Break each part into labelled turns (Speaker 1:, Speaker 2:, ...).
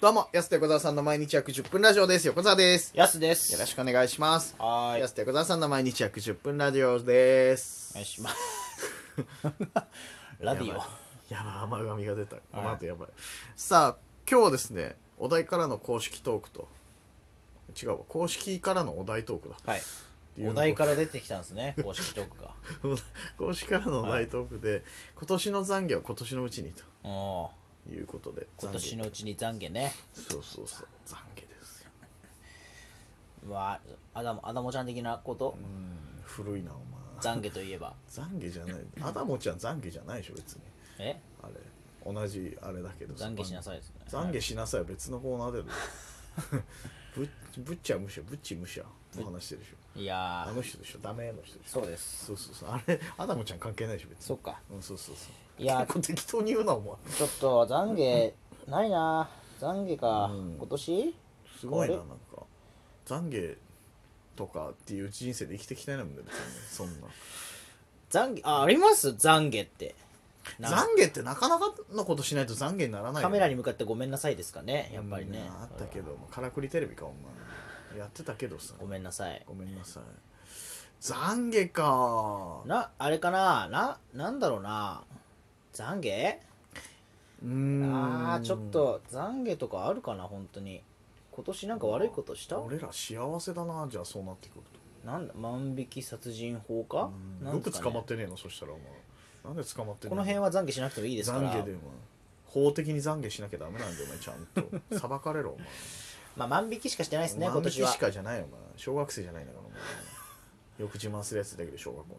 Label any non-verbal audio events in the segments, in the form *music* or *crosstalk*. Speaker 1: どうも、安手小沢さんの毎日約10分ラジオです。横澤です。
Speaker 2: やすです。
Speaker 1: よろしくお願いします。
Speaker 2: はーい。
Speaker 1: 安手小沢さんの毎日約10分ラジオです。
Speaker 2: お願い
Speaker 1: *laughs*
Speaker 2: します。ラディオ。
Speaker 1: やばい、甘噛みが出た。この
Speaker 2: はい
Speaker 1: 後やばい。さあ、今日はですね、お題からの公式トークと、違うわ、公式からのお題トークだ。
Speaker 2: はい。
Speaker 1: いう
Speaker 2: *laughs* お題から出てきたんですね、 *laughs* 公式トークが。
Speaker 1: 公式からのお題トークで、今年の残業は今年のうちに
Speaker 2: おー
Speaker 1: ということで、
Speaker 2: 今年
Speaker 1: の。
Speaker 2: のうちに懺悔ね。
Speaker 1: そうそうそう、残業ですよ。
Speaker 2: うわアダモ、アダモちゃん的なこと、
Speaker 1: うん、古いな、お前。
Speaker 2: 懺悔といえば。
Speaker 1: 残業じゃない。アダモちゃん残業じゃないでしょ、別に。
Speaker 2: え
Speaker 1: あれ同じあれだけど
Speaker 2: 懺悔しなさいですね。
Speaker 1: 懺悔しなさいは別のコーナーで *laughs* ぶぶっちゃむしゃぶっちむしゃの話してるでしょ
Speaker 2: いや
Speaker 1: あ
Speaker 2: ー、
Speaker 1: の人でしょダメの人でしょ
Speaker 2: そうです。
Speaker 1: そうそうそうあれアダムちゃん関係ないでしょ別に
Speaker 2: そっか。
Speaker 1: うんそうそうそう
Speaker 2: いや
Speaker 1: 結構適当に言うなお前
Speaker 2: ちょっと懺悔、ないな。懺悔か。
Speaker 1: うん
Speaker 2: 今年
Speaker 1: すごいな
Speaker 2: あ
Speaker 1: なん
Speaker 2: れ
Speaker 1: か懺悔とかっていう人生で生きてきてないもんね別にねそんな
Speaker 2: 懺悔、あ、あります懺悔って。なんか
Speaker 1: 懺悔ってなかなかのことしないと懺悔にならないよ
Speaker 2: カ
Speaker 1: ね
Speaker 2: メラに向かってごめんなさいですかね、やっぱり
Speaker 1: う
Speaker 2: ね
Speaker 1: ん。あったけどもからくりテレビかお前やってたけどさ
Speaker 2: ごめんなさい。
Speaker 1: ごめんなさい。懺悔か。
Speaker 2: なあれかなななんだろうな懺悔
Speaker 1: うーん。
Speaker 2: あーちょっ。と懺悔とかあるかな本当に今年なんか悪いことした
Speaker 1: 俺ら幸せだな、じゃあそうなってくる
Speaker 2: なんだ万引き殺人法
Speaker 1: と。
Speaker 2: か
Speaker 1: うん
Speaker 2: なん
Speaker 1: よ
Speaker 2: で
Speaker 1: く
Speaker 2: すかね
Speaker 1: 捕まってねえの、そしたらお前。なんで捕まってねえ
Speaker 2: この辺
Speaker 1: は
Speaker 2: は懺悔しなくてもいいですから
Speaker 1: 懺悔でお前。法的に懺悔しなきゃダメなんだよ、お前、ちゃん
Speaker 2: *laughs*
Speaker 1: と。裁かれろ、お前。
Speaker 2: まあ万引きしかしてないですね
Speaker 1: 万
Speaker 2: 今
Speaker 1: 引
Speaker 2: 年
Speaker 1: き
Speaker 2: は
Speaker 1: しかじゃないよ、お前。小学生じゃないんだから、お前。よく自慢するやつだけど、小学校の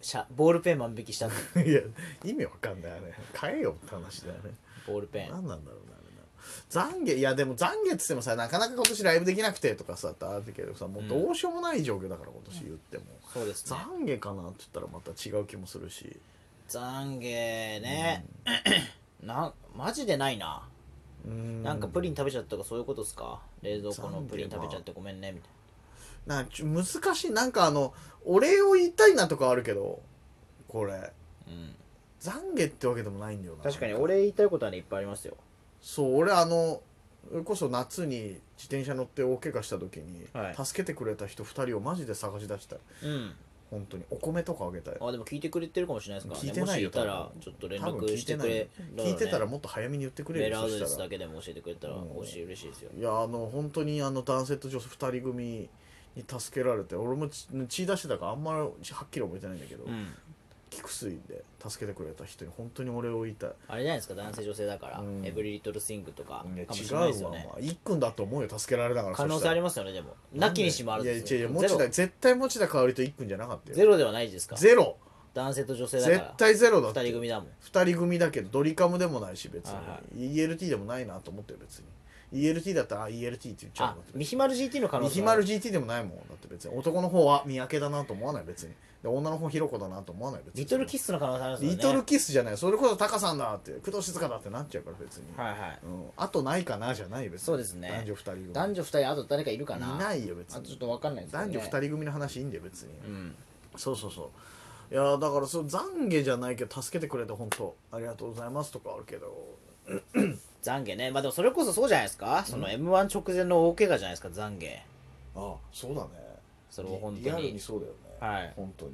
Speaker 2: しゃボールペン万引きしたんだ
Speaker 1: *laughs* 時。いや、意味わかんない、あれ。変えよって話だよね。
Speaker 2: ボールペン
Speaker 1: 何なんだろうなあれな懺悔いやでも懺悔っつってもさなかなか今年ライブできなくてとかさってあるけどさもうどうしようもない状況だから今年言っても、
Speaker 2: そうですね
Speaker 1: 懺悔かなって言ったらまた違う気もするし
Speaker 2: 懺悔ねなんマジでないな
Speaker 1: うーん
Speaker 2: なんかプリン食べちゃったとかそういうことですか冷蔵庫のプリン食べちゃってごめんねみたい
Speaker 1: なんかちょ難しいなんかあのお礼を言いたいなとかあるけどこれ
Speaker 2: な、うん、
Speaker 1: 懺悔ってわけでもないんだよな
Speaker 2: 確かに
Speaker 1: なん
Speaker 2: 俺言いたいことはねいっぱいありますよ
Speaker 1: そう俺あのそれこそ夏に自転車乗って大怪我した時に、
Speaker 2: はい
Speaker 1: 助けてくれた人2人をマジで探し出したい
Speaker 2: うん
Speaker 1: 本当にお米とかあげたい
Speaker 2: あでも聞いてくれてるかもしれないですからね
Speaker 1: 聞いてないよ
Speaker 2: もしいたら
Speaker 1: 多分
Speaker 2: ちょっと連
Speaker 1: 多分
Speaker 2: 絡してくれ
Speaker 1: 聞いてない聞いてたら
Speaker 2: ね
Speaker 1: もっと早めに言ってくれ
Speaker 2: メー
Speaker 1: る
Speaker 2: ルア
Speaker 1: よ
Speaker 2: ドレ
Speaker 1: そ
Speaker 2: ス
Speaker 1: したら
Speaker 2: だけでも教えてくれたら
Speaker 1: うん
Speaker 2: 教え嬉しいですよ
Speaker 1: いやあの本当にあの男性と女性2人組に助けられて俺もち血出してたからあんまりはっきり覚えてないんだけど、
Speaker 2: うん
Speaker 1: 菊水で助けてくれた人に本当に俺を言いたい
Speaker 2: あれじゃないですか男性女性だから
Speaker 1: うん
Speaker 2: エブリリトルスイングとか
Speaker 1: いや
Speaker 2: かもし
Speaker 1: 違
Speaker 2: れないです
Speaker 1: う
Speaker 2: よ
Speaker 1: わ、
Speaker 2: ね
Speaker 1: まあ、一君だと思うよ助けられながら
Speaker 2: 可能性あり
Speaker 1: ま
Speaker 2: ますよねでもなきにしもあらず
Speaker 1: いや
Speaker 2: で
Speaker 1: い
Speaker 2: す
Speaker 1: やいや
Speaker 2: よ
Speaker 1: 持田
Speaker 2: ゼロ
Speaker 1: 絶対持田香織と一君じゃなかった
Speaker 2: ゼ
Speaker 1: よ
Speaker 2: ロではないですか
Speaker 1: ゼロ
Speaker 2: 男性と女性だ
Speaker 1: 絶
Speaker 2: か
Speaker 1: 対ゼロだ
Speaker 2: ら
Speaker 1: って
Speaker 2: 二人組だもん
Speaker 1: 2人組だけどドリカムでもないし別に、
Speaker 2: はいは
Speaker 1: ELT でもないなと思ってよ別に ELT だったらあ ELT って言っちゃう
Speaker 2: あ
Speaker 1: のって
Speaker 2: ミヒマル GT の可能
Speaker 1: ミ
Speaker 2: 性
Speaker 1: ヒ
Speaker 2: もあ
Speaker 1: マ
Speaker 2: る
Speaker 1: ル GT でもないもんだって別に男の方は三宅だなと思わない別にで女の方ひろ子だなと思わない別に
Speaker 2: リトルキッスの可能性あるんですよね
Speaker 1: リトルキスじゃないそれこそタカさんだって工藤静香だってなっちゃうから別に、
Speaker 2: はいはい
Speaker 1: うん、あとないかなじゃない別に
Speaker 2: そうですね
Speaker 1: 男女2人組
Speaker 2: 男女二人あと誰かいるかないい
Speaker 1: ないよ別
Speaker 2: あとちょっ
Speaker 1: に
Speaker 2: と分かんないですよ
Speaker 1: 男
Speaker 2: ね
Speaker 1: 女2人組の話いいんだよ別に、
Speaker 2: うん
Speaker 1: そうそうそういやだからそう懺悔じゃないけど助けてくれて本当ありがとうございますとかあるけど
Speaker 2: 懺悔ねまあでもそれこそそうじゃないですかその m 1直前の大怪我じゃないですか懺悔
Speaker 1: ああそうだね
Speaker 2: それを本当に
Speaker 1: リアルにそうだよね
Speaker 2: はい
Speaker 1: 本当に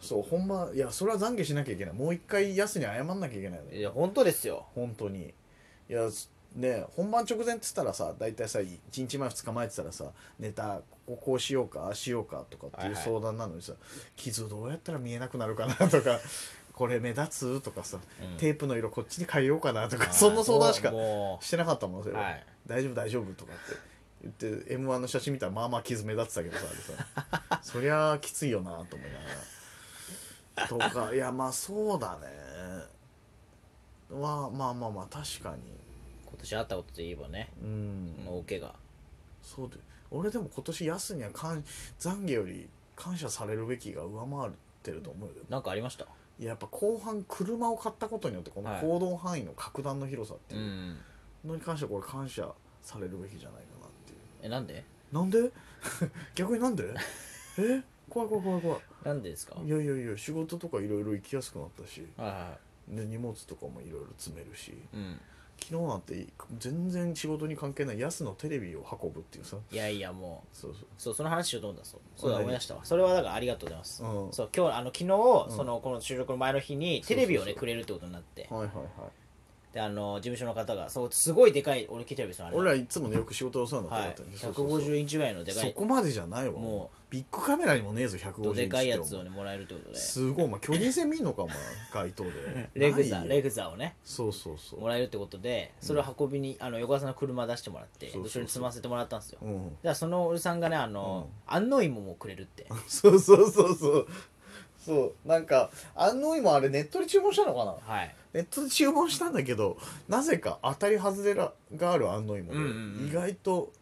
Speaker 1: そうほんまいやそれは懺悔しなきゃいけないもう一回ヤスに謝んなきゃいけないよね
Speaker 2: いや本当ですよ
Speaker 1: 本当にいやすね本番直前っつったらさ大体さ1日前2日前っつったらさネタこここうしようかああしようかとかって
Speaker 2: はい
Speaker 1: いう
Speaker 2: はい
Speaker 1: 相談なのにさ、傷どうやったら見えなくなるかなとかこれ目立つとかさ、
Speaker 2: うん
Speaker 1: テープの色こっちに変えようかなとかそんな相談しか
Speaker 2: も
Speaker 1: してなかったもんそれ
Speaker 2: う
Speaker 1: は
Speaker 2: はい
Speaker 1: 大丈夫大丈夫とかって言って m 1の写真見たらまあまあ傷目立ってたけどさあれさそりゃきついよなと思いながらとかいやまあそうだねはまあまあまあ確かに
Speaker 2: 今年あったことといえばね
Speaker 1: うん
Speaker 2: 大怪我
Speaker 1: そうで俺でも今年ヤスには感懺悔より感謝されるべきが上回ってると思うよ
Speaker 2: なんかありました
Speaker 1: いややっぱ後半車を買ったことによってこの
Speaker 2: はい
Speaker 1: 行動範囲の格段の広さって
Speaker 2: う
Speaker 1: いうんのに関してはこれ感謝されるべきじゃないかなっていう
Speaker 2: えなんで
Speaker 1: なんで *laughs* 逆になん
Speaker 2: *laughs*
Speaker 1: でえ怖い怖い怖い怖い
Speaker 2: なんでですかはいい
Speaker 1: やいやいや仕事とかいろいろ行きやすくなったし
Speaker 2: は
Speaker 1: で荷物とかもいろいろ詰めるし
Speaker 2: いうん
Speaker 1: き昨日なんて全然仕事に関係ない安のテレビを運ぶっていうさ
Speaker 2: いやいやもう
Speaker 1: そうそう
Speaker 2: そうその話しようと思ったそうそうだ
Speaker 1: 何
Speaker 2: 思い出したわそれはだからありがとうございます、
Speaker 1: うん
Speaker 2: そう今日あの昨日、そのこの収録の前の日にテレビをね
Speaker 1: そうそうそう
Speaker 2: くれるってことになって
Speaker 1: はいはいはい
Speaker 2: であの事務所の方がそうすごいでかい俺聞いてるんですよあれ
Speaker 1: 俺らいつもねよく仕事をさんだ
Speaker 2: はい
Speaker 1: ったんだけどそうそうそう
Speaker 2: 150インチぐらいのでか
Speaker 1: そ
Speaker 2: い
Speaker 1: こまでじゃないわ
Speaker 2: も
Speaker 1: ビッグカメラにもねえぞ150インチ
Speaker 2: でかいやつ
Speaker 1: っ
Speaker 2: を
Speaker 1: て
Speaker 2: ねもらえるってことです
Speaker 1: ごいお前巨人戦見んのかお前街頭で
Speaker 2: *laughs* レグザ
Speaker 1: ないよ
Speaker 2: レグザをね
Speaker 1: そうそうそ
Speaker 2: もらえるってことでそれを運びに、あの横川さんの車出してもらって
Speaker 1: そうそうそう
Speaker 2: 後ろに積ませてもらったんですよ
Speaker 1: ううん
Speaker 2: じゃあそのおじさんがねあの、安納芋もくれるって
Speaker 1: そうそうそうそうそうなんかあの今あれネットで注文したのかな *laughs*
Speaker 2: はい
Speaker 1: ネットで注文したんだけどなぜか当たり外れがある安納芋で、
Speaker 2: うんうんうん
Speaker 1: 意外と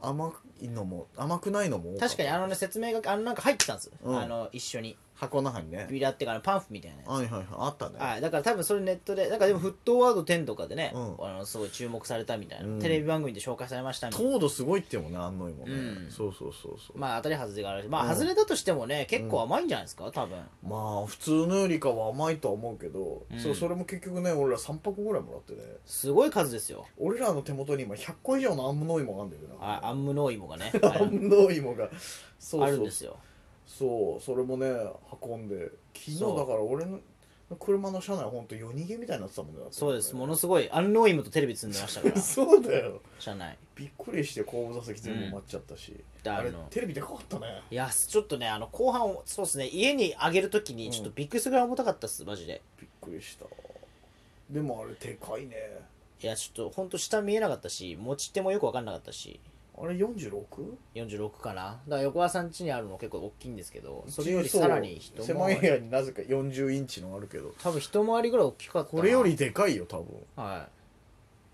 Speaker 1: 甘いのも甘くないのも多った
Speaker 2: 確かにあのね説明があのなんか入ってたんです、
Speaker 1: うん
Speaker 2: あの一緒に
Speaker 1: 箱の中にね
Speaker 2: ビラっていうかあのパンフみたいなやつ
Speaker 1: はいはいはいあったね
Speaker 2: はい、だから多分それネットで、なんかでも、沸騰ワード10とかでね、
Speaker 1: うん
Speaker 2: あのすごい注目されたみたいな、
Speaker 1: うん
Speaker 2: テレビ番組で紹介されましたみたいな、
Speaker 1: 糖度すごいってもね安納芋ね、
Speaker 2: うん
Speaker 1: そうそうそうそう
Speaker 2: まあ当たり外れがあるし、ま
Speaker 1: う
Speaker 2: あ
Speaker 1: ん
Speaker 2: 外れたとしてもね、結構甘いんじゃないですか、多分
Speaker 1: まあ普通のよりかは甘いとは思うけど、
Speaker 2: うん
Speaker 1: そうそれも結局ね俺ら3箱ぐらいもらってね
Speaker 2: すごい数ですよ、
Speaker 1: 俺らの手元に今100個以上の安納芋があるんだよ
Speaker 2: あアンムノイモが
Speaker 1: *laughs*
Speaker 2: ね、
Speaker 1: な安納芋がそうそう
Speaker 2: あるんですよ。
Speaker 1: そうそれもね運んで昨日だ
Speaker 2: そう
Speaker 1: から俺の車の車内ほんと夜逃げみたいになってたもんね
Speaker 2: そうです、も
Speaker 1: も
Speaker 2: のすごい、アンノイモとテレビ積んでましたか
Speaker 1: *laughs*
Speaker 2: ら、
Speaker 1: そうだよ
Speaker 2: 車内。
Speaker 1: びっくりして後部座席全部埋まっちゃったし、
Speaker 2: で
Speaker 1: あ
Speaker 2: あ
Speaker 1: れ
Speaker 2: の
Speaker 1: テレビでかかったね
Speaker 2: いや、ちょっとね、あの後半、そうですね、家にあげるときに、ちょっとびっくりするぐらい重たかったっす、マジで。
Speaker 1: びっくりしたでもあれでかいね
Speaker 2: いや、ちょっと、ほんと下見えなかったし、持ち手もよく分かんなかったし。
Speaker 1: あれ 46?
Speaker 2: 46かなだから横川さん家にあるの結構大きいんですけどそれよりさらに
Speaker 1: そう
Speaker 2: 一
Speaker 1: 狭い
Speaker 2: 回
Speaker 1: 部
Speaker 2: り
Speaker 1: 屋になぜか40インチのあるけど
Speaker 2: 多分一回りぐらい大きかったな
Speaker 1: これより、でかいよ多
Speaker 2: は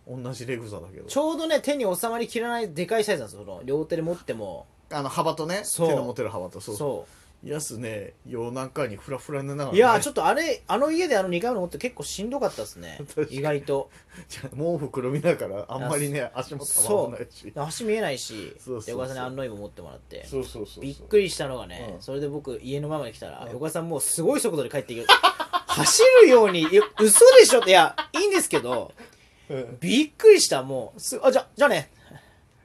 Speaker 1: 分同じレグザだけど
Speaker 2: い、ちょうどね手に収まりきらないでかいサイズなんですよその両手で持っても
Speaker 1: あの幅とね
Speaker 2: そう
Speaker 1: 手の持てる幅とそ
Speaker 2: そうう
Speaker 1: そうやすね夜中にフラフラ寝ながら、ね、
Speaker 2: いやーちょっとあれあの家であの2回目の持って結構しんどかったですね
Speaker 1: *laughs* 確かに
Speaker 2: 意外と
Speaker 1: じゃあ *laughs* 毛布くるみだからあんまりね足も
Speaker 2: そ
Speaker 1: 触
Speaker 2: う
Speaker 1: らないし
Speaker 2: 足見えないし
Speaker 1: そうそうそう
Speaker 2: 横川さんに案内も持ってもらって
Speaker 1: そうそうそうそう
Speaker 2: びっくりしたのがね、
Speaker 1: うん
Speaker 2: それで僕家の前まで来たら、
Speaker 1: うん
Speaker 2: 横川さんもうすごい速度で帰っていく走るようにいや嘘でしょっていやいいんですけど
Speaker 1: うん
Speaker 2: びっくりしたもうすあじゃじゃあね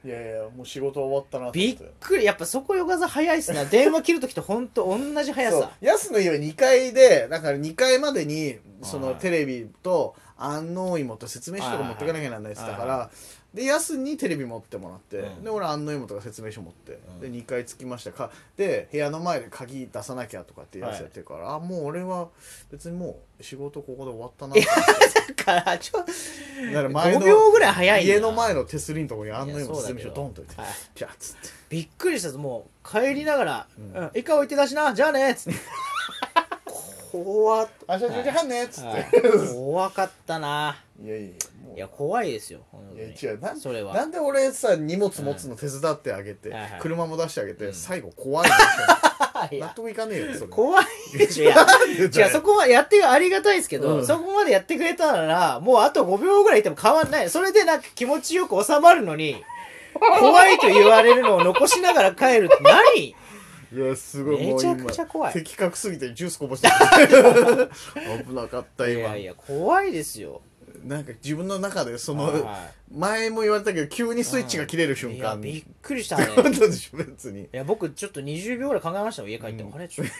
Speaker 1: いやいやもう仕事終わったなと思
Speaker 2: び
Speaker 1: っ
Speaker 2: ってくりやっぱそこ横川さん早いっすな電話切るときとほんと同じ速
Speaker 1: そう
Speaker 2: さ
Speaker 1: やすの家は2階でだから2階までにその
Speaker 2: はい
Speaker 1: テレビと安納芋と説明書とか持ってかなきゃなんないって言ってたか
Speaker 2: はいはい
Speaker 1: らでやすにテレビ持ってもらって、
Speaker 2: うん
Speaker 1: で俺安納芋とか説明書持って、
Speaker 2: うん
Speaker 1: で2階着きましたかで部屋の前で鍵出さなきゃとかってやすやってるから、あもう俺は別にもう仕事ここで終わったな
Speaker 2: だからちょ
Speaker 1: だから前
Speaker 2: 5秒
Speaker 1: の
Speaker 2: ぐらい早いな
Speaker 1: 家の前の手すりのところに安納
Speaker 2: い
Speaker 1: 芋
Speaker 2: やそうだ
Speaker 1: 説
Speaker 2: け
Speaker 1: 明書
Speaker 2: ど
Speaker 1: ドンと置いて
Speaker 2: はい
Speaker 1: ピャッつって
Speaker 2: びっくりしたっすもう帰りながら「
Speaker 1: うん
Speaker 2: うん一回置いて出しなじゃあね」っつって
Speaker 1: *laughs*
Speaker 2: 怖っ
Speaker 1: 「明日10時半ね」っつって、
Speaker 2: はい怖かったない
Speaker 1: やいやもう
Speaker 2: いや怖いですよ本当
Speaker 1: い
Speaker 2: に
Speaker 1: や違うなん
Speaker 2: それは
Speaker 1: なんで俺さ荷物持つの手伝ってあげて、
Speaker 2: うんはいはい
Speaker 1: 車も出してあげて、
Speaker 2: うん
Speaker 1: 最後怖いの
Speaker 2: *laughs*
Speaker 1: 納
Speaker 2: いや
Speaker 1: 得いかねえよそれ
Speaker 2: 怖いでしょいや
Speaker 1: *laughs* 違
Speaker 2: 違うそこまでやってありがたいですけど、
Speaker 1: うん
Speaker 2: そこまでやってくれたならもうあと5秒ぐらいいても変わんないそれでなんか気持ちよく収まるのに怖いと言われるのを残しながら帰るって何
Speaker 1: いやすごいもう
Speaker 2: めち
Speaker 1: 今
Speaker 2: ゃくちゃ怖い
Speaker 1: 的確すぎてジュースこぼしてる危なかった
Speaker 2: い
Speaker 1: 今
Speaker 2: やいや怖いですよ
Speaker 1: なんか自分の中でその
Speaker 2: は
Speaker 1: 前も言われたけど急に
Speaker 2: い
Speaker 1: スイッチが切れる瞬
Speaker 2: いや
Speaker 1: 間
Speaker 2: びっくりした
Speaker 1: っ
Speaker 2: ね
Speaker 1: て *laughs* ことでしょ別に
Speaker 2: いや僕ちょっと20秒ぐらい考えましたもん家帰っても、
Speaker 1: うん
Speaker 2: あれちょっと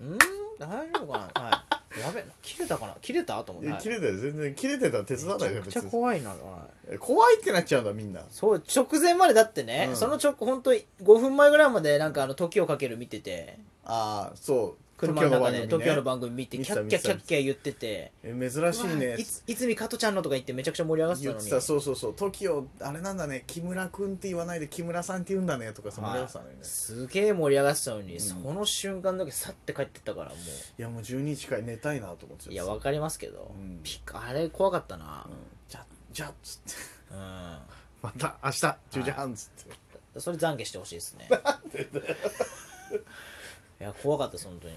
Speaker 2: うーん大丈夫かなはいやべ切れたかな切れたと思っ
Speaker 1: い
Speaker 2: て、
Speaker 1: や
Speaker 2: はい
Speaker 1: 切れてる全然切れてたら手伝わない
Speaker 2: め
Speaker 1: よ
Speaker 2: ちゃくち
Speaker 1: 別
Speaker 2: ゃ
Speaker 1: に
Speaker 2: 怖いな、はい
Speaker 1: 怖いってなっちゃうんだみんな
Speaker 2: そう直前までだってね、
Speaker 1: うん
Speaker 2: その直本当5分前ぐらいまでなんかあの時をかける見てて
Speaker 1: ああそう
Speaker 2: 車の中
Speaker 1: TOKIO の
Speaker 2: で
Speaker 1: 番組ね
Speaker 2: 東京の番組見て
Speaker 1: 見
Speaker 2: キ
Speaker 1: て
Speaker 2: ャ
Speaker 1: た
Speaker 2: ッキャッキャッ
Speaker 1: 見て
Speaker 2: キャ言ってて
Speaker 1: え珍しいね
Speaker 2: うわいついつみ加トちゃんのとか言ってめちゃくちゃ盛り上がってた
Speaker 1: 言っ
Speaker 2: の
Speaker 1: て
Speaker 2: に
Speaker 1: たそうそうそう TOKIO あれなんだね木村君って言わないで木村さんって言うんだねとかさ
Speaker 2: は
Speaker 1: 盛り
Speaker 2: い
Speaker 1: 上がってたのよね、
Speaker 2: すげえ盛り上がってたのに、
Speaker 1: うん
Speaker 2: その瞬間だけさって帰ってったからも
Speaker 1: い、やもう12近い寝たいなと思ってた
Speaker 2: ういやわかりますけど、
Speaker 1: うん
Speaker 2: ピッあれ怖かったな
Speaker 1: うんじゃじゃっつって
Speaker 2: うん、
Speaker 1: また明日10時半っつって、
Speaker 2: それ懺悔してほしいですねいや怖かったです本当に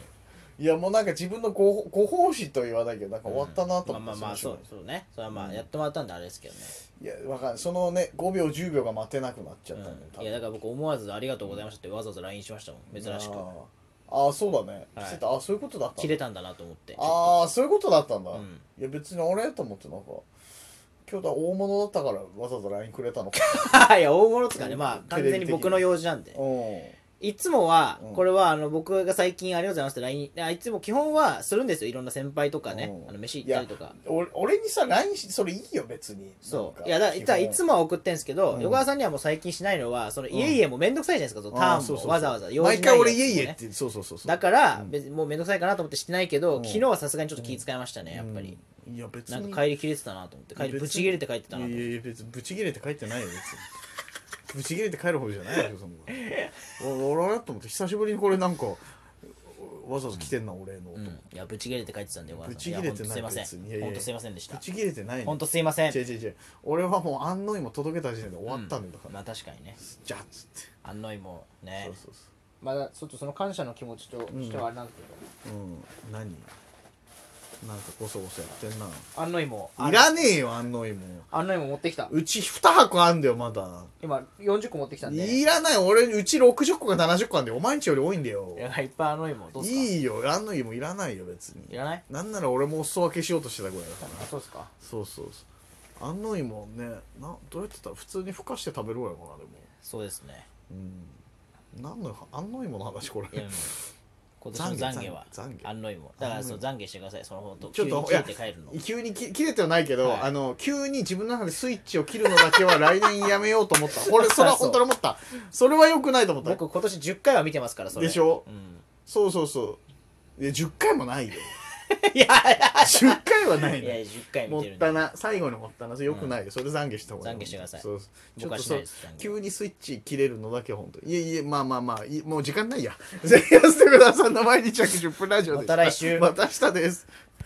Speaker 1: い、やもうなんか自分のごご奉仕とは言わないけどなんか終わったなと
Speaker 2: まあ
Speaker 1: 思っ
Speaker 2: まあ
Speaker 1: て、
Speaker 2: まあそうそうねそれはまあやってもらったんであれですけどね、
Speaker 1: いやわかんないそのね5秒10秒が待てなくなっちゃったんだよ、
Speaker 2: うん、いやだから僕思わず「ありがとうございました」ってわざわざ LINE しましたもん
Speaker 1: 多分
Speaker 2: 珍しく
Speaker 1: あーあーそうだね、
Speaker 2: はい
Speaker 1: してたあそういうことだった
Speaker 2: 切れたんだなと思って
Speaker 1: ああそういうことだったんだ、
Speaker 2: うん
Speaker 1: いや別に俺と思ってなんか京都は大物だったからわざわざ LINE くれ
Speaker 2: *laughs*
Speaker 1: たのか
Speaker 2: いや大物っつうかねまあ完全に僕の用事なんで
Speaker 1: うん
Speaker 2: いつもは
Speaker 1: うん
Speaker 2: これはあの僕が最近ありがとうございますって LINE あいつも基本はするんですよいろんな先輩とかね
Speaker 1: うん
Speaker 2: あの飯行ったりとか
Speaker 1: 俺俺にさ LINE しそれいいよ別に
Speaker 2: そういやだからいついつ
Speaker 1: も
Speaker 2: もは送ってんすけど
Speaker 1: うん
Speaker 2: 横川さんにはもう最近しないのはその
Speaker 1: ん
Speaker 2: 家々も面倒くさいじゃないですかそのターンもわざわざ用事ない
Speaker 1: 毎回俺
Speaker 2: やつもね
Speaker 1: 家々ってそうそうそうそう
Speaker 2: だから
Speaker 1: うん
Speaker 2: 別にもう面倒くさいかなと思ってしてないけど
Speaker 1: うん
Speaker 2: 昨日はさすがにちょっと気遣いましたねやっぱり
Speaker 1: うんいや別
Speaker 2: な
Speaker 1: に
Speaker 2: んか帰り切れてたなと思って帰り
Speaker 1: 別に
Speaker 2: ぶち切れて帰ってたないと
Speaker 1: や
Speaker 2: 思って
Speaker 1: いや別にブチ切れて帰ってないよ別にブチ切れて帰るほどじゃないでしょそんなの俺俺と思って久しぶりにこれなんかわざわざ来てんな俺のと
Speaker 2: うんいやぶち切れて帰ってたんで横川さん
Speaker 1: ぶち切れてない
Speaker 2: やほんとすいませ
Speaker 1: 別にいやい
Speaker 2: ん
Speaker 1: や
Speaker 2: 本当すいませんでし
Speaker 1: ブ
Speaker 2: た
Speaker 1: チ切れてない
Speaker 2: 本
Speaker 1: の
Speaker 2: 当すいません
Speaker 1: 違う違う違う俺はもう安納芋届けた時点で終わったんだから、
Speaker 2: うまあ確かにね
Speaker 1: じゃあっつって
Speaker 2: あんのいもね
Speaker 1: そうそうそ
Speaker 2: まだちょっとその感謝の気持ちとしてはあれなんですけど、
Speaker 1: ううん何なんかこそこそやってんな
Speaker 2: あんのいも
Speaker 1: いらねえよ安納芋
Speaker 2: あんのいも持ってきた
Speaker 1: うち2箱あんだよまだ
Speaker 2: 今40個持ってきたんで
Speaker 1: いらない俺うち60個か70個あんだよお前んちより多いんだよ
Speaker 2: いやいっぱいあんのいもどうっすか
Speaker 1: いいよあんのいもいらないよ別に
Speaker 2: いらない
Speaker 1: なんなら俺もお裾分けしようとしてたぐらいだから
Speaker 2: あそうっすか
Speaker 1: そうそうそうあんのいもねなどうやってた普通にふかして食べるわよかなでも
Speaker 2: そうですね
Speaker 1: うん何のあんのいもの話これ *laughs*
Speaker 2: いやもう今年の懺悔は
Speaker 1: 懺悔懺悔
Speaker 2: あんのいもだからそう懺悔してくださいその方と
Speaker 1: ちょっと
Speaker 2: 急に切れて帰るの
Speaker 1: 急にき切れてはないけど、
Speaker 2: はい
Speaker 1: あの急に自分の中でスイッチを切るのだけは来年やめようと思った俺それは本当に思ったそれは良くないと思った
Speaker 2: 僕今年10回は見てますからそれ
Speaker 1: でしょ
Speaker 2: うん、
Speaker 1: そうそうそういや10回も *laughs* ないよ
Speaker 2: いやい
Speaker 1: 10回はな
Speaker 2: や
Speaker 1: い
Speaker 2: *laughs* いや
Speaker 1: ね
Speaker 2: 10回
Speaker 1: も
Speaker 2: 見
Speaker 1: って
Speaker 2: るんで
Speaker 1: たな最後にもったなそれよくないよ、それ懺悔した方がいい
Speaker 2: 懺悔してください
Speaker 1: そうそうちょ
Speaker 2: 僕
Speaker 1: っ
Speaker 2: は
Speaker 1: と
Speaker 2: しな
Speaker 1: そ
Speaker 2: いうです懺悔
Speaker 1: 急にスイッチ切れるのだけは本当にいえいえ *laughs* まあまあまあいもう時間ないや「せいやすてくださんの毎日約10分ラジオ」でした
Speaker 2: また来週
Speaker 1: また明日です